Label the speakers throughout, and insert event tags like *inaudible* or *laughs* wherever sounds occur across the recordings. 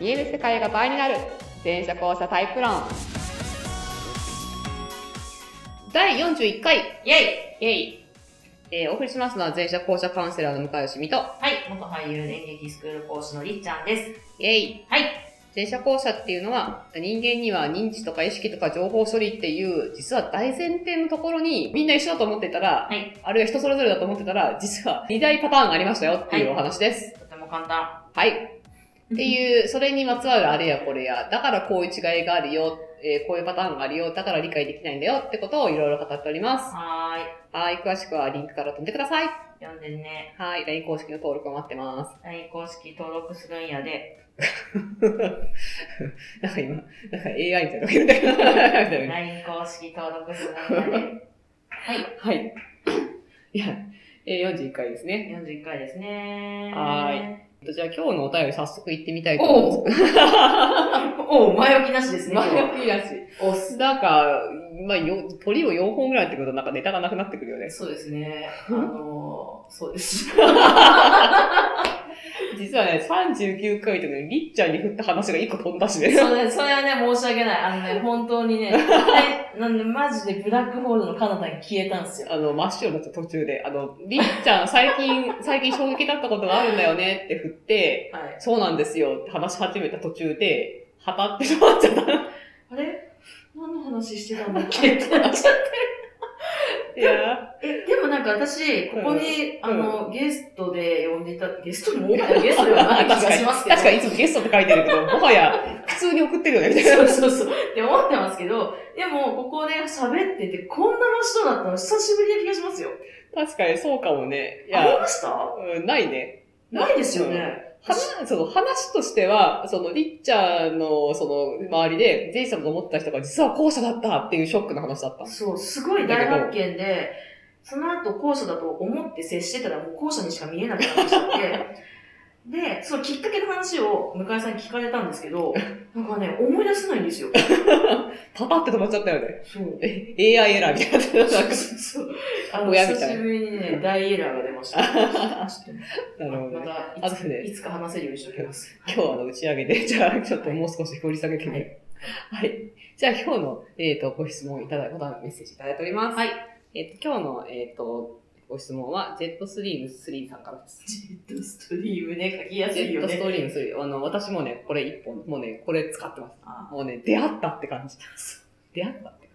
Speaker 1: 見える世界が倍になる全社交差タイプ論第41回
Speaker 2: イェイ
Speaker 1: イェイ、えー、お送りしますのは全社交差カウンセラーの向井しみと
Speaker 2: はい、元俳優演劇スクール講師のりっちゃんです。
Speaker 1: イェイ
Speaker 2: はい。
Speaker 1: 全社交差っていうのは人間には認知とか意識とか情報処理っていう実は大前提のところにみんな一緒だと思ってたら、
Speaker 2: はい。
Speaker 1: あるいは人それぞれだと思ってたら実は2大パターンがありましたよっていうお話です。
Speaker 2: とても簡単。
Speaker 1: はい。っていう、それにまつわるあれやこれや、だからこういう違いがあるよ、えーこういうパターンがあるよ、だから理解できないんだよってことをいろいろ語っております。
Speaker 2: は
Speaker 1: はい、詳しくはリンクから飛んでください。
Speaker 2: ーい。読んでね、
Speaker 1: はい、LINE 公式の登録を待ってます。 *laughs*
Speaker 2: LINE 公式登録するんやで、
Speaker 1: なんか今、なんか AI みたいなのがいるんだけどみたいな。
Speaker 2: LINE 公式登録するんやで、
Speaker 1: はい。いや、えー41回ですね。
Speaker 2: 41回ですね。
Speaker 1: はー
Speaker 2: い。
Speaker 1: じゃあ今日のお便り早速行ってみたいと思います。
Speaker 2: おう前置きなしですね。
Speaker 1: 前 *laughs* 置きだし。お酢だか、まあ、よ、鳥を4本ぐらいってことはなんかネタがなくなってくるよね。
Speaker 2: そうですね。あのー、そうです。
Speaker 1: 実はね、39回とかにりっちゃんに振った話が1個飛んだしね。
Speaker 2: そうね、それはね、申し訳ない。あのね、本当にね、はいなんで、マジでブラックホールの彼方に消えたんですよ。
Speaker 1: あの、真っ白になった途中で、あの、りっちゃん最近、 *laughs* 最近衝撃だったことがあるんだよねって振って、
Speaker 2: はい。
Speaker 1: そうなんですよって話し始めた途中で、はたってしまっちゃった。
Speaker 2: あれ何の話してたんだっけってなっちゃって。
Speaker 1: いや
Speaker 2: *laughs* え、でもなんか私、ここに、
Speaker 1: うん
Speaker 2: あの、ゲストで呼んでいた、ゲストも、ゲストではない気がします
Speaker 1: ー
Speaker 2: けど。
Speaker 1: 確かにいつもゲストって書いてるけど、もはや普通に送ってるよね、みたいな。
Speaker 2: そうそうそう。って思ってますけど、でも、ここで喋ってて、こんな真っ白だったの久しぶりな気がしますよ。
Speaker 1: 確かにそうかもね。い
Speaker 2: あり
Speaker 1: や、
Speaker 2: ました
Speaker 1: うん、ないね。
Speaker 2: ないですよね。
Speaker 1: 話、その話としては、その、りっちゃんの、その、周りで、前者だと思ってた人が、実は後者だったっていうショックの話だった。
Speaker 2: そう、すごい大発見で、その後、後者だと思って接してたら、もう後者にしか見えなくなっちゃって、
Speaker 1: *laughs*
Speaker 2: で、そのきっかけの話を向井さんに聞かれたんですけど、なんかね、思い出せないんですよ。
Speaker 1: パパって止まっちゃったよね。
Speaker 2: そう。
Speaker 1: *laughs* え AI エラーみたいになってた。なんか
Speaker 2: そう。あの、
Speaker 1: 親み
Speaker 2: 久
Speaker 1: たい
Speaker 2: しぶりに
Speaker 1: *laughs*
Speaker 2: ね、大エラーが出ました。ちょっ
Speaker 1: な
Speaker 2: と
Speaker 1: るほど
Speaker 2: ま
Speaker 1: ね。
Speaker 2: たい
Speaker 1: 後
Speaker 2: つ、
Speaker 1: で
Speaker 2: いつか話せるようにしておきます。
Speaker 1: 今日はあの打ち上げで、じゃあ、ちょっともう少し掘り下げてみる。はい。じゃあ、今日の、えっ、と、ご質問いただいたメッセージいただいております。
Speaker 2: はい。
Speaker 1: えっ、と、今日の、えっ、と、ご質問は、ジェットストリーム3さんからです。
Speaker 2: ジェットストリームね、書きやす
Speaker 1: ジェ
Speaker 2: い
Speaker 1: ッ
Speaker 2: よ
Speaker 1: トスト
Speaker 2: ね。
Speaker 1: リーム3。あの、私もね、これ一本、もうね、これ使ってます。
Speaker 2: あ
Speaker 1: もうね、出会ったって感じ。出会ったって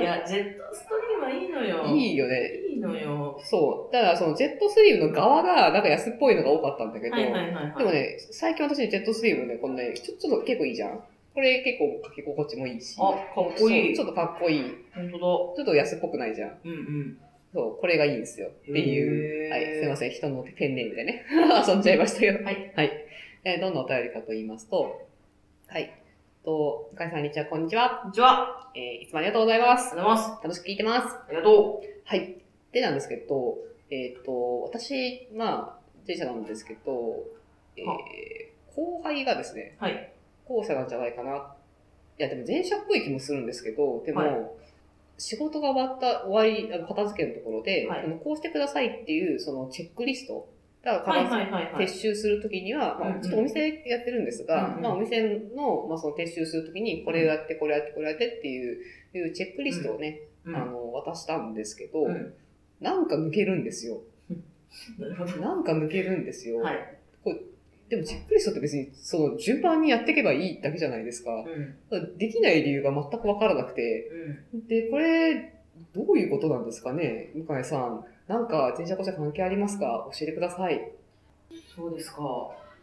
Speaker 2: いや、ジェットストリームはいいのよ。 *laughs*
Speaker 1: 感じ。いいよね。
Speaker 2: いいのよ。
Speaker 1: そう。ただ、そのジェットストリームの側が、なんか安っぽいのが多かったんだけど、
Speaker 2: はいはいはい、
Speaker 1: でも
Speaker 2: はい。
Speaker 1: ね、最近私ジェットストリームね、このね、ちょちょっと結構いいじゃん。これ結構かけ心地もいいし。
Speaker 2: あ、かっこいい。
Speaker 1: そうちょっとかっこいい。
Speaker 2: 本当
Speaker 1: ちょっと安っぽくないじゃん。
Speaker 2: だ。うんうん。
Speaker 1: そう、これがいいんですよ。っていう。
Speaker 2: う
Speaker 1: はい、すいま
Speaker 2: せ
Speaker 1: せん。人のペンネームでね。 *laughs* 遊んじゃいましたけど。
Speaker 2: はい。
Speaker 1: はい。えーどんなお便りかと言いますと、はい。と、向井さん、にちは、こんにちは。
Speaker 2: こんにちは。
Speaker 1: えーいつもありがとうございま
Speaker 2: あ
Speaker 1: す。
Speaker 2: りがとうございます。
Speaker 1: 楽しく聞いてます。
Speaker 2: ありがと
Speaker 1: はい。でなんですけど、えっ、と、私、まあ、前者なんですけど、えー
Speaker 2: は
Speaker 1: 後輩がですね、
Speaker 2: はい
Speaker 1: 後者なんじゃないかな。いや、でも前者っぽい気もするんですけど、でも、
Speaker 2: はい
Speaker 1: 仕事が終わった、終わり、あの片付けのところで、
Speaker 2: はい
Speaker 1: あのこうしてくださいっていう、そのチェックリスト。だ
Speaker 2: う。
Speaker 1: か
Speaker 2: は
Speaker 1: ら
Speaker 2: い
Speaker 1: 片付け、
Speaker 2: はいはいはい。
Speaker 1: 撤収するときには、
Speaker 2: うん
Speaker 1: ま
Speaker 2: う
Speaker 1: あ、
Speaker 2: ん
Speaker 1: ちょっとお店やってるんですが、
Speaker 2: うんうん
Speaker 1: まあ、お店の、まあ、その撤収するときに、これをやって、これをやって、これをやってっていう、いうチェックリストをね、
Speaker 2: うん
Speaker 1: あの、渡したんですけど、
Speaker 2: うん
Speaker 1: なんか抜けるんですよ。
Speaker 2: なるほど。
Speaker 1: なんか抜けるんですよ。
Speaker 2: はい。
Speaker 1: でも、チェックリストって別に、その、順番にやっていけばいいだけじゃないですか。
Speaker 2: うん。うん。
Speaker 1: できない理由が全くわからなくて。で、これ、どういうことなんですかね向井さん。なんか、電車交車関係ありますか教えてください。
Speaker 2: そうですか。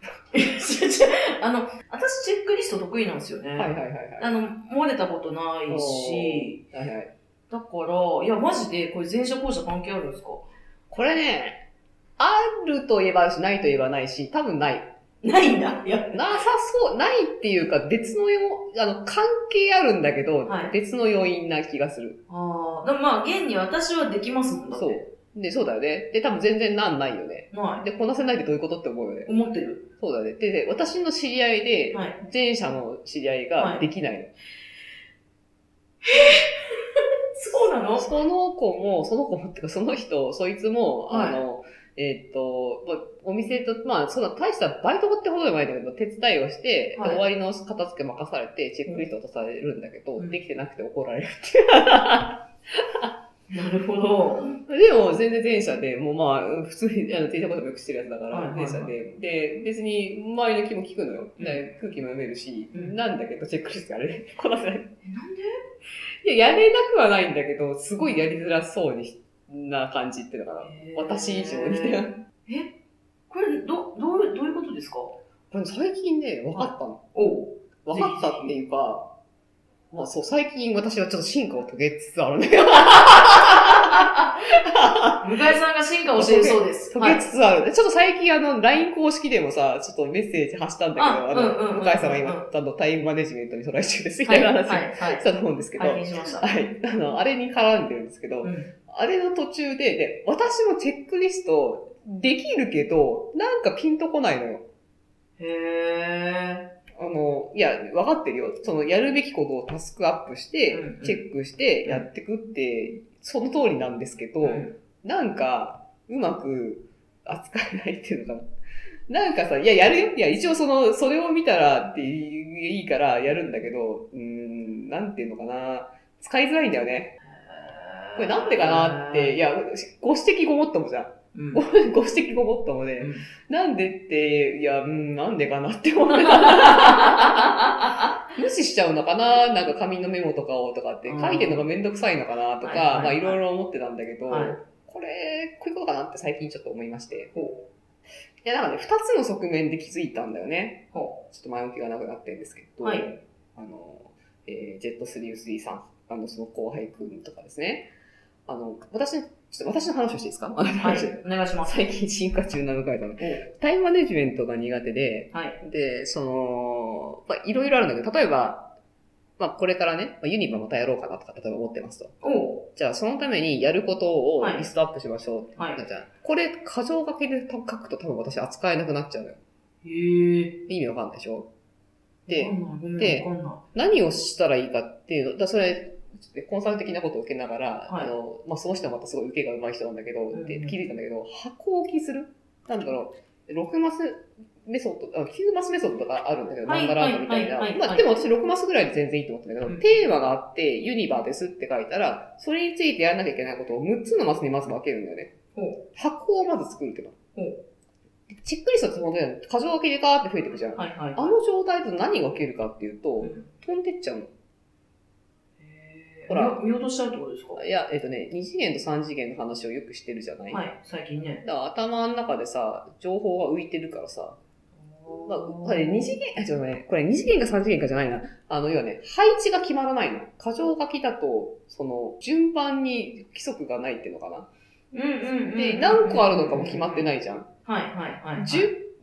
Speaker 2: *laughs* えちょちょあの、私チェックリスト得意なんですよね。
Speaker 1: はいはいはいは
Speaker 2: あの、漏れたことないし、
Speaker 1: い。はいはい。
Speaker 2: だから、いや、マジで、これ前者後者関係あるんですか
Speaker 1: これね、あると言えばあるし、ないと言えばないし、多分ない。
Speaker 2: ないんだ。いや、
Speaker 1: なさそう、ないっていうか別のよ、あの、関係あるんだけど、
Speaker 2: はい
Speaker 1: 別の要因な気がする。
Speaker 2: ああ、でもまあ、現に私はできますもんだって。
Speaker 1: そう。で、そうだよね。で、多分全然なんないよね。
Speaker 2: な
Speaker 1: で、こなせないってどういうことって思うよね
Speaker 2: い。。思ってる。
Speaker 1: そうだね。で、で私の知り合いで、
Speaker 2: はい。
Speaker 1: 前者の知り合い
Speaker 2: は
Speaker 1: が
Speaker 2: い
Speaker 1: できないの。
Speaker 2: そうな
Speaker 1: *laughs*
Speaker 2: の
Speaker 1: その子も、その子もっていうか、その人、そいつも、
Speaker 2: はい
Speaker 1: あの、えっ、と、まあ、お店と、まあ、そんな大したバイトってほどでもないんだけど、手伝いをして、
Speaker 2: はい
Speaker 1: 終わりの片付け任されて、チェックリスト渡されるんだけど、
Speaker 2: うん
Speaker 1: できてなくて怒られる。
Speaker 2: なるほど。
Speaker 1: でも、全然電車で、もうまあ、普通に、あの、電車こともよくしてるやつだか
Speaker 2: はい
Speaker 1: ら、
Speaker 2: はいはい
Speaker 1: 電車で。で、別に、周りの気も聞くのよ。
Speaker 2: うん
Speaker 1: で空気も読めるし、
Speaker 2: うん
Speaker 1: なんだけど、チェックリストやれ、こなせない。
Speaker 2: え、なんで
Speaker 1: いや、やれなくはないんだけど、すごいやりづらそうにし、な感じっていうのかな。私以上に
Speaker 2: えーえ、これ、ど、どういう、どういうことですか
Speaker 1: これ最近ね、分かったの。
Speaker 2: おう
Speaker 1: 分かったっていうか、まあそう、最近私はちょっと進化を遂げつつあるね。
Speaker 2: 向井さんが進化を教えるそうです。
Speaker 1: *laughs* 遂
Speaker 2: はい
Speaker 1: げつつある。でちょっと最近あの、LINE 公式でもさ、ちょっとメッセージ発したんだけど、
Speaker 2: あ
Speaker 1: あ
Speaker 2: うんうんうんう
Speaker 1: の、
Speaker 2: ん
Speaker 1: 向井さんが今、あの、タイムマネジメントにトライ中ですみた
Speaker 2: はいい、
Speaker 1: な
Speaker 2: はい、
Speaker 1: 話
Speaker 2: は
Speaker 1: を
Speaker 2: い。は
Speaker 1: したと思うんですけど、
Speaker 2: 拝
Speaker 1: は
Speaker 2: 見しました。
Speaker 1: い。あの、あれに絡んでるんですけど
Speaker 2: う、ん
Speaker 1: あれの途中で、で、私もチェックリストできるけど、なんかピンとこないのよ。
Speaker 2: へ
Speaker 1: あの、いや、分かってるよ。その、やるべきことをタスクアップして
Speaker 2: うんうん、
Speaker 1: チェックしてやってくって、その通りなんですけど、
Speaker 2: ーうん
Speaker 1: なんか、うまく扱えないっていうのかな。なんかさ、いや、やるよ。いや、一応その、それを見たらっていいからやるんだけど、うーん、なんていうのかな。使いづらいんだよね。これなんでかなって、い、や、ご指摘ごもっともじゃん。
Speaker 2: うん
Speaker 1: ごご指摘ごもっともで、
Speaker 2: うん
Speaker 1: なんでって、いや、うん、なんでかなって思う。無視しちゃうのかななんか紙のメモとかをとかって
Speaker 2: うん
Speaker 1: 書いてるのがめんどくさいのかなと
Speaker 2: はいはいはい
Speaker 1: か、まあいろいろ思ってたんだけど、
Speaker 2: はい
Speaker 1: これ、こういうことかなって最近ちょっと思いまして。
Speaker 2: ほ
Speaker 1: いや、なんかね、二つの側面で気づいたんだよね。
Speaker 2: ほ
Speaker 1: ちょっと前置きがなくなってるんですけど、
Speaker 2: はい
Speaker 1: あの、えージェットスリースリーさん、あの、その後輩くんとかですね。あの、私の、ちょっと私の話をしていいですか、
Speaker 2: はい、お願いしま
Speaker 1: *laughs*
Speaker 2: す。
Speaker 1: 最近進化中な向井さん。タイムマネジメントが苦手で、
Speaker 2: はい。
Speaker 1: で、その、まあ、いろいろあるんだけど、例えば、まあ、これからね、まあユニバまたやろうかなとか、例えば思ってますと。
Speaker 2: おう
Speaker 1: じゃあ、そのためにやることを
Speaker 2: はい
Speaker 1: リストアップしましょうって
Speaker 2: は
Speaker 1: なっちゃう。これ、過剰書きで書くと多分私扱えなくなっちゃうのよ。
Speaker 2: い。へ
Speaker 1: 意味わかんないでしょ
Speaker 2: え。わ
Speaker 1: で、
Speaker 2: かんないごめん
Speaker 1: で
Speaker 2: わかんな
Speaker 1: 何をしたらいいかっていうの、だからそれ、ちょっとねコンサル的なことを受けながら、
Speaker 2: はい
Speaker 1: あの、まあ、その人はまたすごい受けが上手い人なんだけど、
Speaker 2: ん
Speaker 1: で気づいたんだけど、箱置きするなんだろう、6マスメソッド、あ9マスメソッドとかあるんだけど、
Speaker 2: は
Speaker 1: ないんだらードみたいな
Speaker 2: はいはいはい。
Speaker 1: まあ、でも私6マスぐらいで全然いいと思ったんだけど、
Speaker 2: うん
Speaker 1: テーマがあって、ユニバーですって書いたら、それについてやらなきゃいけないことを6つのマスにまず分けるんだよね
Speaker 2: ほう。
Speaker 1: 箱をまず作るっていうの
Speaker 2: ほう。
Speaker 1: でチェックリストって本当に過剰書きでガーって増えてくじゃん。
Speaker 2: い。はい、はい。
Speaker 1: あの状態だと何が起きるかっていうと、
Speaker 2: うん
Speaker 1: 飛んでっちゃうの。
Speaker 2: へー
Speaker 1: ほら
Speaker 2: 見落としちゃうってことですか
Speaker 1: いや、えっ、とね、2次元と3次元の話をよくしてるじゃない、
Speaker 2: はい、最近ね。
Speaker 1: だから頭の中でさ、情報が浮いてるからさ、まあ、これ2次元、あ、ちょっとね、これ2次元か3次元かじゃないな。あの、要はね、配置が決まらないの。過剰書きだと、その、順番に規則がないっていうのかな。
Speaker 2: うんうんうん。。
Speaker 1: で、何個あるのかも決まってないいじゃん。
Speaker 2: はい、はい、はい。
Speaker 1: 10、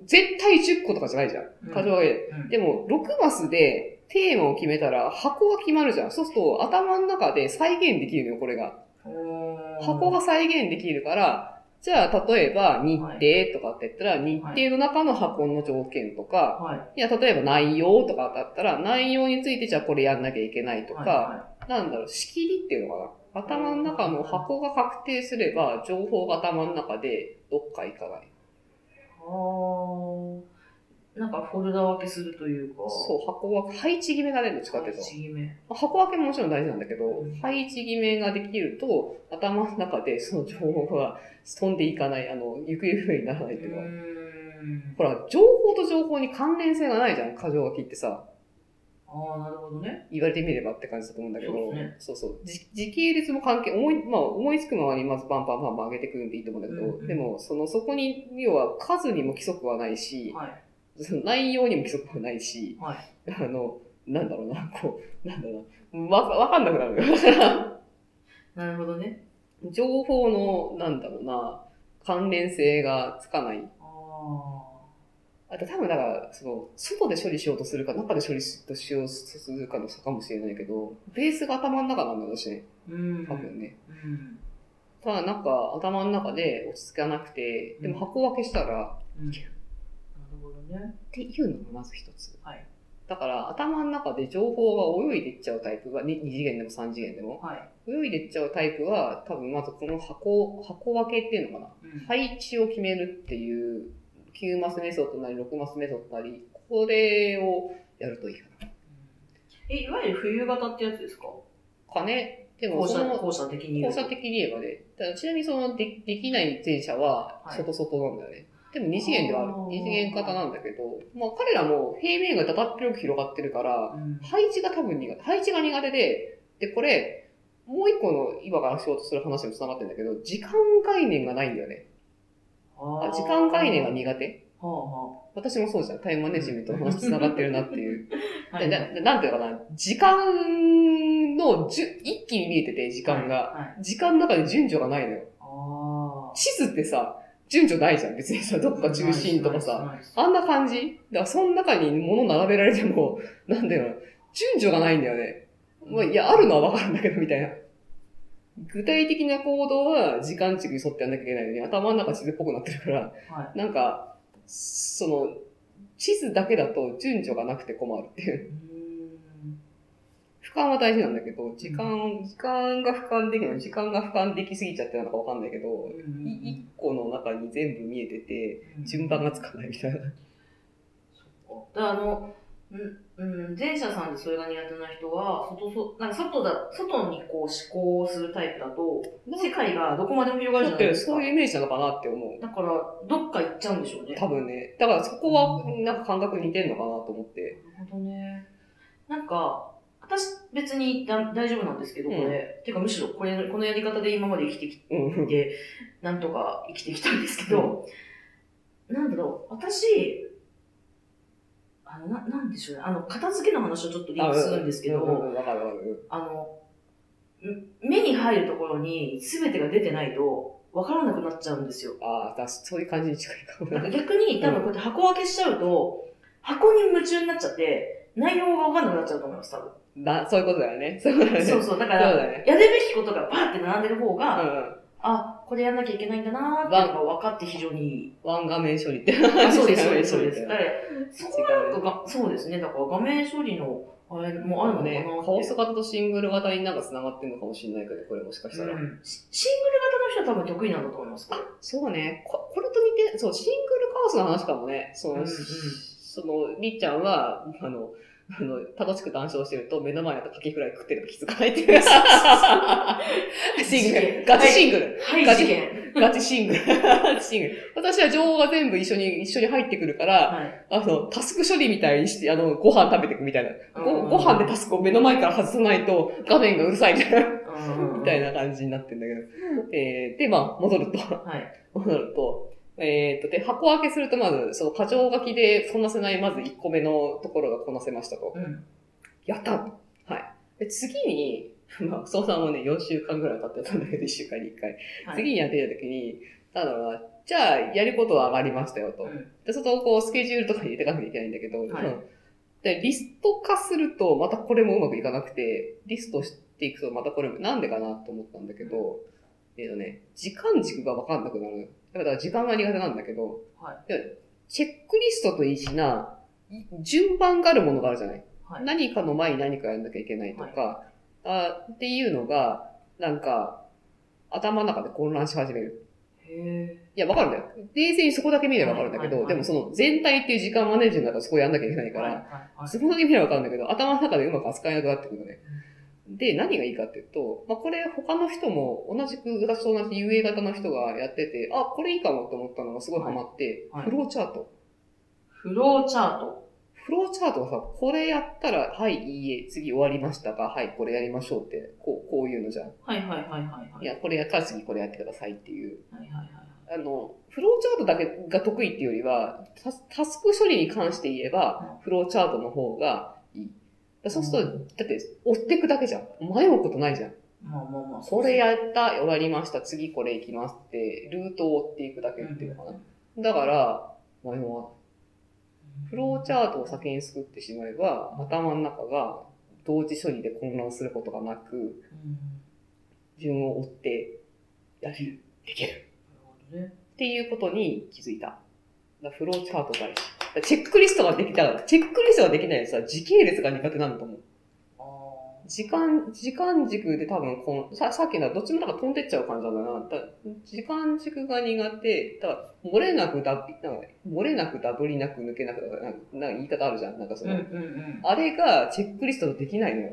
Speaker 1: 絶対10個とかじゃないじゃん。過剰書きで。
Speaker 2: うん
Speaker 1: でも、6マスでテーマを決めたら箱が決まるじゃん。そうすると、頭の中で再現できるのよ、これが。箱
Speaker 2: が、
Speaker 1: が再現できるから、じゃあ、例えば、日程とかって言ったら、日程の中の箱の条件とか、
Speaker 2: はい
Speaker 1: や、例えば内容とかだったら、内容についてじゃあこれやんなきゃいけない
Speaker 2: い。
Speaker 1: とか、
Speaker 2: は
Speaker 1: なんだろう、仕切りっていうのかな。頭の中の箱が確定すれば、情報が頭の中でどっか行かない。
Speaker 2: い。はあ。なんかフォルダ分けするというか。
Speaker 1: そう、箱は配置決めがね、どっちかっていうと
Speaker 2: 不。思議め。
Speaker 1: 箱分けももちろん大事なんだけど
Speaker 2: うん、
Speaker 1: 配置決めができると、頭の中でその情報が飛んでいかない、あの、行方不明にならな
Speaker 2: う
Speaker 1: いっていうか。
Speaker 2: ーん。
Speaker 1: ほら、情報と情報に関連性がないじゃん、過剰書きってさ。
Speaker 2: ああ、なるほどね。
Speaker 1: 言われてみればって感じだと思うんだけど。
Speaker 2: そうですね
Speaker 1: そうそうじ時系列も関係、思い、まあ、思いつくままにまずバンバンバンバン上げてくるんでいいと思うんだけど、
Speaker 2: うんうん
Speaker 1: でも、その、そこに、要は数にも規則はないし、
Speaker 2: はい。
Speaker 1: その内容にも規則はないし、
Speaker 2: はい
Speaker 1: あの、なんだろうな、こう、なんだろうな、わか、わかんなくなるよ。だから
Speaker 2: なるほどね。
Speaker 1: 情報の、なんだろうな、関連性がつかない。
Speaker 2: ああ。
Speaker 1: あと多分だから、その、外で処理しようとするか、中で処理しようとしようとするかの差かもしれないけど、ベースが頭の中なんだよ、私ね。
Speaker 2: うん。
Speaker 1: 多分ね。
Speaker 2: うん。
Speaker 1: ただなんか、頭の中で落ち着かなくて、でも箱分けしたら、
Speaker 2: うん。なるほどね。
Speaker 1: っていうのがまず一つ。
Speaker 2: はい。
Speaker 1: だだから頭の中で情報が泳いでいっちゃうタイプは、2, 次元でも3次元でも、
Speaker 2: はい。
Speaker 1: 泳いでいっちゃうタイプは、多分まずこの箱、箱分けっていうのかな。
Speaker 2: うん
Speaker 1: 配置を決めるっていう、9マスメソッドなり6マスメソッドなり、これをやるといいかな。
Speaker 2: え、いわゆる冬型ってやつですか
Speaker 1: かね。でも
Speaker 2: 校
Speaker 1: そ
Speaker 2: 舎、
Speaker 1: の、
Speaker 2: 校舎的に言
Speaker 1: 放
Speaker 2: うと。
Speaker 1: 射的に言えばね、ただちなみにそのでできない前者は
Speaker 2: はい
Speaker 1: 外外なんだよね。でも二次元ではある
Speaker 2: あー
Speaker 1: 二次元型なんだけど、まあ彼らも平面がだだっ広く広がってるから、
Speaker 2: うん
Speaker 1: 配置が多分苦手。配置が苦手で、で、これ、もう一個の今からしようとする話にも繋がってるんだけど、時間概念がないんだよね。あ時間概念が苦手。
Speaker 2: はあは
Speaker 1: 私もそうじゃん。タイムマネジメントの話繋がってるなっていう。
Speaker 2: あ。
Speaker 1: でななんていうのかな、時間のじゅ一気に見えてて、時間が。
Speaker 2: はいはい
Speaker 1: 時間の中に順序がないのよ。
Speaker 2: あ
Speaker 1: 地図ってさ、順序ないじゃん。別にさ、どっ
Speaker 2: ー
Speaker 1: か中心とかさ。
Speaker 2: ないですないです
Speaker 1: あんな感じだから、その中に物並べられても、 *laughs* なんだよ、順序がないんだよね。まあ、いや、あるのはわかるんだけど、みたいな。具体的な行動は時間軸に沿ってやんなきゃいけないのに、頭の中地図っぽくなってるから、
Speaker 2: は
Speaker 1: なんか、その、地図だけだと順序がなくて困るっていう。 *laughs*
Speaker 2: い。うーん
Speaker 1: 俯瞰は大事なんだけど、時間、時間が俯瞰できない。時間が俯瞰できすぎちゃってなのかわかんないけど、
Speaker 2: うん
Speaker 1: い一個の中に全部見えてて、
Speaker 2: うん
Speaker 1: 順番がつかないみた
Speaker 2: *laughs*
Speaker 1: いな。
Speaker 2: だからあの、うん、うん、前者さんでそれが苦手な人は、外そ、なんか外だ、外にこう思考をするタイプだと、世界がどこまでも広がるじ
Speaker 1: だ
Speaker 2: ゃ
Speaker 1: っ
Speaker 2: ないで
Speaker 1: て
Speaker 2: すか。
Speaker 1: そういうイメージなのかなって思う。
Speaker 2: だから、どっか行っちゃうんでしょうね。
Speaker 1: 多分ね。だからそこは、なんか感覚似てんのかなと思って。
Speaker 2: なるほどね。なんか、私別にだ大丈夫なんですけど、これ。
Speaker 1: うん
Speaker 2: てかむしろこれ、このやり方で今まで生きてき
Speaker 1: う
Speaker 2: て、
Speaker 1: ん。
Speaker 2: なんとか生きてきたんですけど、なんだろう、私、あの、ななんでしょうね。あの、片付けの話をちょっとリンクするんですけど、
Speaker 1: うううんわかるわかる。
Speaker 2: あの、ん目に入るところに全てが出てないと分からなくなっちゃうんですよ。
Speaker 1: ああ、だそういう感じに近いかも
Speaker 2: なんか
Speaker 1: な。
Speaker 2: 逆に多分こうやって箱分けしちゃうと、箱に夢中になっちゃって、内容が分かんなくなっちゃうと思います、多分。
Speaker 1: なそういうことだよね。 *laughs* そういうことだよね。
Speaker 2: そうそう、だか
Speaker 1: そう
Speaker 2: ら、
Speaker 1: だね。
Speaker 2: やるべきことがバーって並んでる方
Speaker 1: う
Speaker 2: が、
Speaker 1: ん。
Speaker 2: あ、これやんなきゃいけないんだなーっていうのが分かって非常にいい。
Speaker 1: ワン画面処理って。
Speaker 2: あそうです、そうです、そうです。だか
Speaker 1: 違
Speaker 2: ら、そこはなんかが、そうですね、だから画面処理の、あれもあるの
Speaker 1: う
Speaker 2: かな
Speaker 1: ね。
Speaker 2: って
Speaker 1: カオス型とシングル型になんか繋がってるのかもしれないけど、これもしかしたら。
Speaker 2: うんシシングル型の人は多分得意なんだと思います。これ
Speaker 1: そうねこ。これと似て、そう、シングルカオスの話かもね。その、
Speaker 2: うんうん
Speaker 1: その、りっちゃんは、あの、あの、楽しく談笑してると目の前だとカキフライ食ってると気づかないって
Speaker 2: *laughs*
Speaker 1: いう。シングル。ガチシングル。
Speaker 2: はい、
Speaker 1: ガ
Speaker 2: 事
Speaker 1: チ
Speaker 2: 件。
Speaker 1: ガチシングル。ガチシングル。私は情報が全部一緒に、一緒に入ってくるから、
Speaker 2: はい。
Speaker 1: あの、タスク処理みたいにして、あの、ご飯食べていくみたいな。
Speaker 2: う
Speaker 1: ご
Speaker 2: ん
Speaker 1: ご飯でタスクを目の前から外さないと画面がうるさいみたいな *laughs* みたい
Speaker 2: な。
Speaker 1: な感じになってんだけど。えー、で、まあ、戻ると。 *laughs*
Speaker 2: はい。
Speaker 1: 戻ると、えー、と、で、箱開けすると、まず、その、過剰書きでこなせない、まず1個目のところがこなせましたと。
Speaker 2: うん。
Speaker 1: やったはい。で、次に、 *laughs* まあ、相談もね、4週間ぐらい経ってたんだけど、1週間に1回。
Speaker 2: はい
Speaker 1: 次にやってた時に、なんだろうな、じゃあ、やることは上がりましたよと。
Speaker 2: うん
Speaker 1: で、そこをこう、スケジュールとかに入れていかなきゃいけないんだけど、
Speaker 2: はい
Speaker 1: うんで、リスト化すると、またこれもうまくいかなくて、リストしていくと、またこれも、なんでかなと思ったんだけど、えっ、とね、時間軸がわかんなくなる。だから時間が苦手なんだけど、
Speaker 2: は
Speaker 1: でチェックリストといいしな、い順番があるものがあるじゃない。
Speaker 2: はい
Speaker 1: 何かの前に何かやんなきゃいけないとか、あっていうのが、なんか、頭の中で混乱し始める。
Speaker 2: へ
Speaker 1: いや、わかるんだよ。冷静にそこだけ見ればわかるんだけど、
Speaker 2: はいはいはい
Speaker 1: でもその全体っていう時間マネージメントだからそこやんなきゃいけない
Speaker 2: ぇ
Speaker 1: か
Speaker 2: ー。
Speaker 1: ら、
Speaker 2: はいはい
Speaker 1: そこだけ見ればわかるんだけど、頭の中でうまく扱えなくなってくるのね。で、何がいいかっていうと、まあ、これ他の人も同じく、私と同じ UA 型の人がやってて、あ、これいいかもと思ったのがすごいハマって、
Speaker 2: はいはい
Speaker 1: フローチャート。
Speaker 2: フローチャート。
Speaker 1: フローチャートはさ、これやったら、はい、いいえ、次終わりましたが、はい、これやりましょうって、こう、こういうのじゃん。
Speaker 2: はいはいはいはいは
Speaker 1: い
Speaker 2: い。
Speaker 1: や、これやったら次これやってくださいっていう。
Speaker 2: はいはいはい。
Speaker 1: あの、フローチャートだけが得意っていうよりは、タスタスク処理に関して言えば、フローチャートの方がいい。だそうすると、
Speaker 2: う
Speaker 1: だって、追っていくだけじゃん。迷うことないじゃん。
Speaker 2: まあまあまあ、
Speaker 1: これやった、終わりました、次これ行きますって、ルートを追っていくだけっていうのかな。だから、迷わないフローチャートを先に作ってしまえば、頭の中が同時処理で混乱することがなく、
Speaker 2: うん
Speaker 1: 順を追って、やれる、できる。
Speaker 2: なるほどね。
Speaker 1: っていうことに気づいた。だからフローチャート大事。チェックリストができた、チェックリストができないでさ、時系列が苦手なんだと思う。
Speaker 2: あー
Speaker 1: 時間、時間軸で多分この、ささっきのどっちもなんか飛んでっちゃう感じなんだな。だ時間軸が苦手。だから、漏れなくだ、なんか、漏れなくダブりなく抜けなくだなんか、なんか言い方あるじゃん。なんかそ
Speaker 2: うん
Speaker 1: の、
Speaker 2: うん
Speaker 1: あれがチェックリストできないのよ。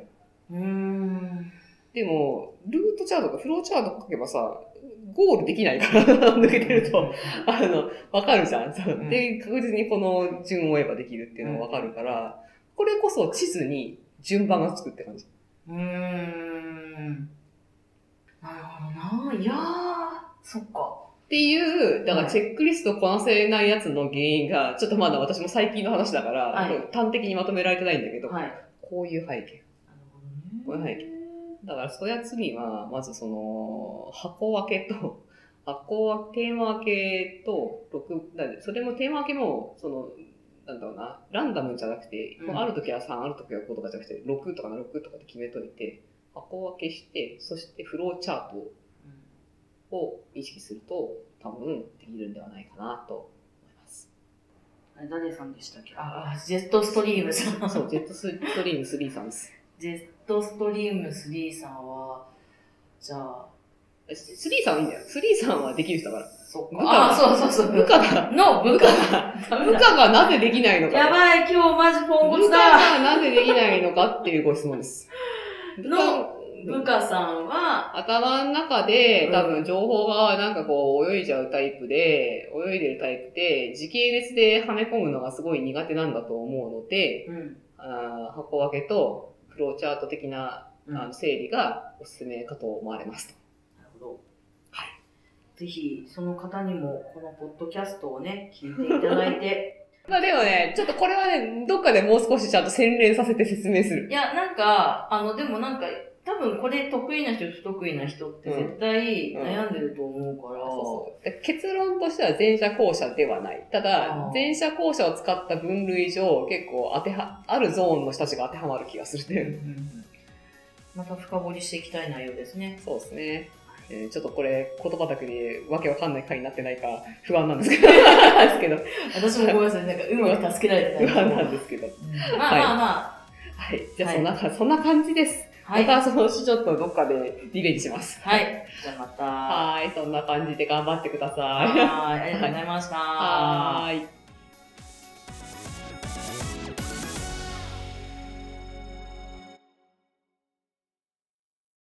Speaker 2: うん。うーん。
Speaker 1: でも、ルートチャートとかフローチャート書けばさ、ゴールできないから、 *laughs* 抜けてると、あの、わかるじゃん。そう
Speaker 2: うん
Speaker 1: で、確実にこの順を追えばできるっていうのがわかるから、これこそ地図に順番がつくって感じ。
Speaker 2: うーん。なるほどな。いやー、そっか。
Speaker 1: っていう、だからチェックリストこなせないやつの原因が、ちょっとまだ私も最近の話だから、
Speaker 2: はい
Speaker 1: 端的にまとめられてないんだけど、
Speaker 2: はい。
Speaker 1: こういう背景。
Speaker 2: なるほ
Speaker 1: これ
Speaker 2: どね
Speaker 1: はいだからそういうやつには、まずその、箱分けと、箱分け、テーマ分けと、6、だからそれもテーマ分けも、その、なんだろうな、ランダムじゃなくて、
Speaker 2: うん
Speaker 1: ある時は3、ある時は5とかじゃなくて、6とかな6とかで決めといて、箱分けして、そしてフローチャート
Speaker 2: うん
Speaker 1: を意識すると、多分できるんではないかなと思います。
Speaker 2: あれ誰さんでしたっけあ、あジェットストリームさん。 *laughs*
Speaker 1: そう、ジェットストリーム3さんです。
Speaker 2: ジェットストリーム3さんは、じゃあ、
Speaker 1: 3さんはいいんだよ。3さんはできる人だから。
Speaker 2: そっ
Speaker 1: 部
Speaker 2: か。
Speaker 1: 下
Speaker 2: あ、そうそうそう。
Speaker 1: 部下が、
Speaker 2: の部
Speaker 1: 部
Speaker 2: 下
Speaker 1: 下が、
Speaker 2: だダメ
Speaker 1: 部
Speaker 2: だ
Speaker 1: 下がなぜできないのか。
Speaker 2: やばい、今日マジポンコ
Speaker 1: 部
Speaker 2: ツ
Speaker 1: 下
Speaker 2: だ。
Speaker 1: がなぜできないのかっていうご質問 *laughs* です。部下
Speaker 2: 部下さんは、
Speaker 1: 頭の中で多分情報がなんかこう泳いじゃうタイプで、泳いでるタイプで、時系列ではめ込むのがすごい苦手なんだと思うので、
Speaker 2: うん。
Speaker 1: あー箱分けとフローチャート的なあ
Speaker 2: なる
Speaker 1: の整理がおすすめかと思われますと。
Speaker 2: ほど。ぜひ、その方にも、このポッドキャストをね、聞いていただ
Speaker 1: *laughs*
Speaker 2: いて。
Speaker 1: まあでもね、ちょっとこれはね、どっかでもう少しちゃんと洗練させて説明する。
Speaker 2: いや、なんか、あの、でもなんか、多分これ得意な人、不得意な人って絶対
Speaker 1: うん
Speaker 2: 悩んでると思うから。
Speaker 1: そうそう結論としては前者後者ではない。た
Speaker 2: あ
Speaker 1: だ
Speaker 2: ー、
Speaker 1: 前者後者を使った分類上、結構当ては、あるゾーンの人たちが当てはまる気がする
Speaker 2: うんうん
Speaker 1: ね。
Speaker 2: うんまた深掘りしていきたい内容ですね。
Speaker 1: そうですね。えーちょっとこれ、言葉だけでわけわかんない回になってないか不安なんですけ
Speaker 2: *laughs*
Speaker 1: ど、ですけど
Speaker 2: 私もごめんなさい、なんかうまく助けられて
Speaker 1: 不
Speaker 2: ない。
Speaker 1: 安なんですけど。
Speaker 2: まあまあま
Speaker 1: はい。じゃあ
Speaker 2: はい
Speaker 1: そんな、そんな感じです。
Speaker 2: あ。はい。
Speaker 1: またそのうちちょっとどっかでリベンジします。
Speaker 2: はい。じゃあまた。
Speaker 1: はーい。そんな感じで頑張ってください。
Speaker 2: はい。ありがとうございました。
Speaker 1: *laughs* はーい。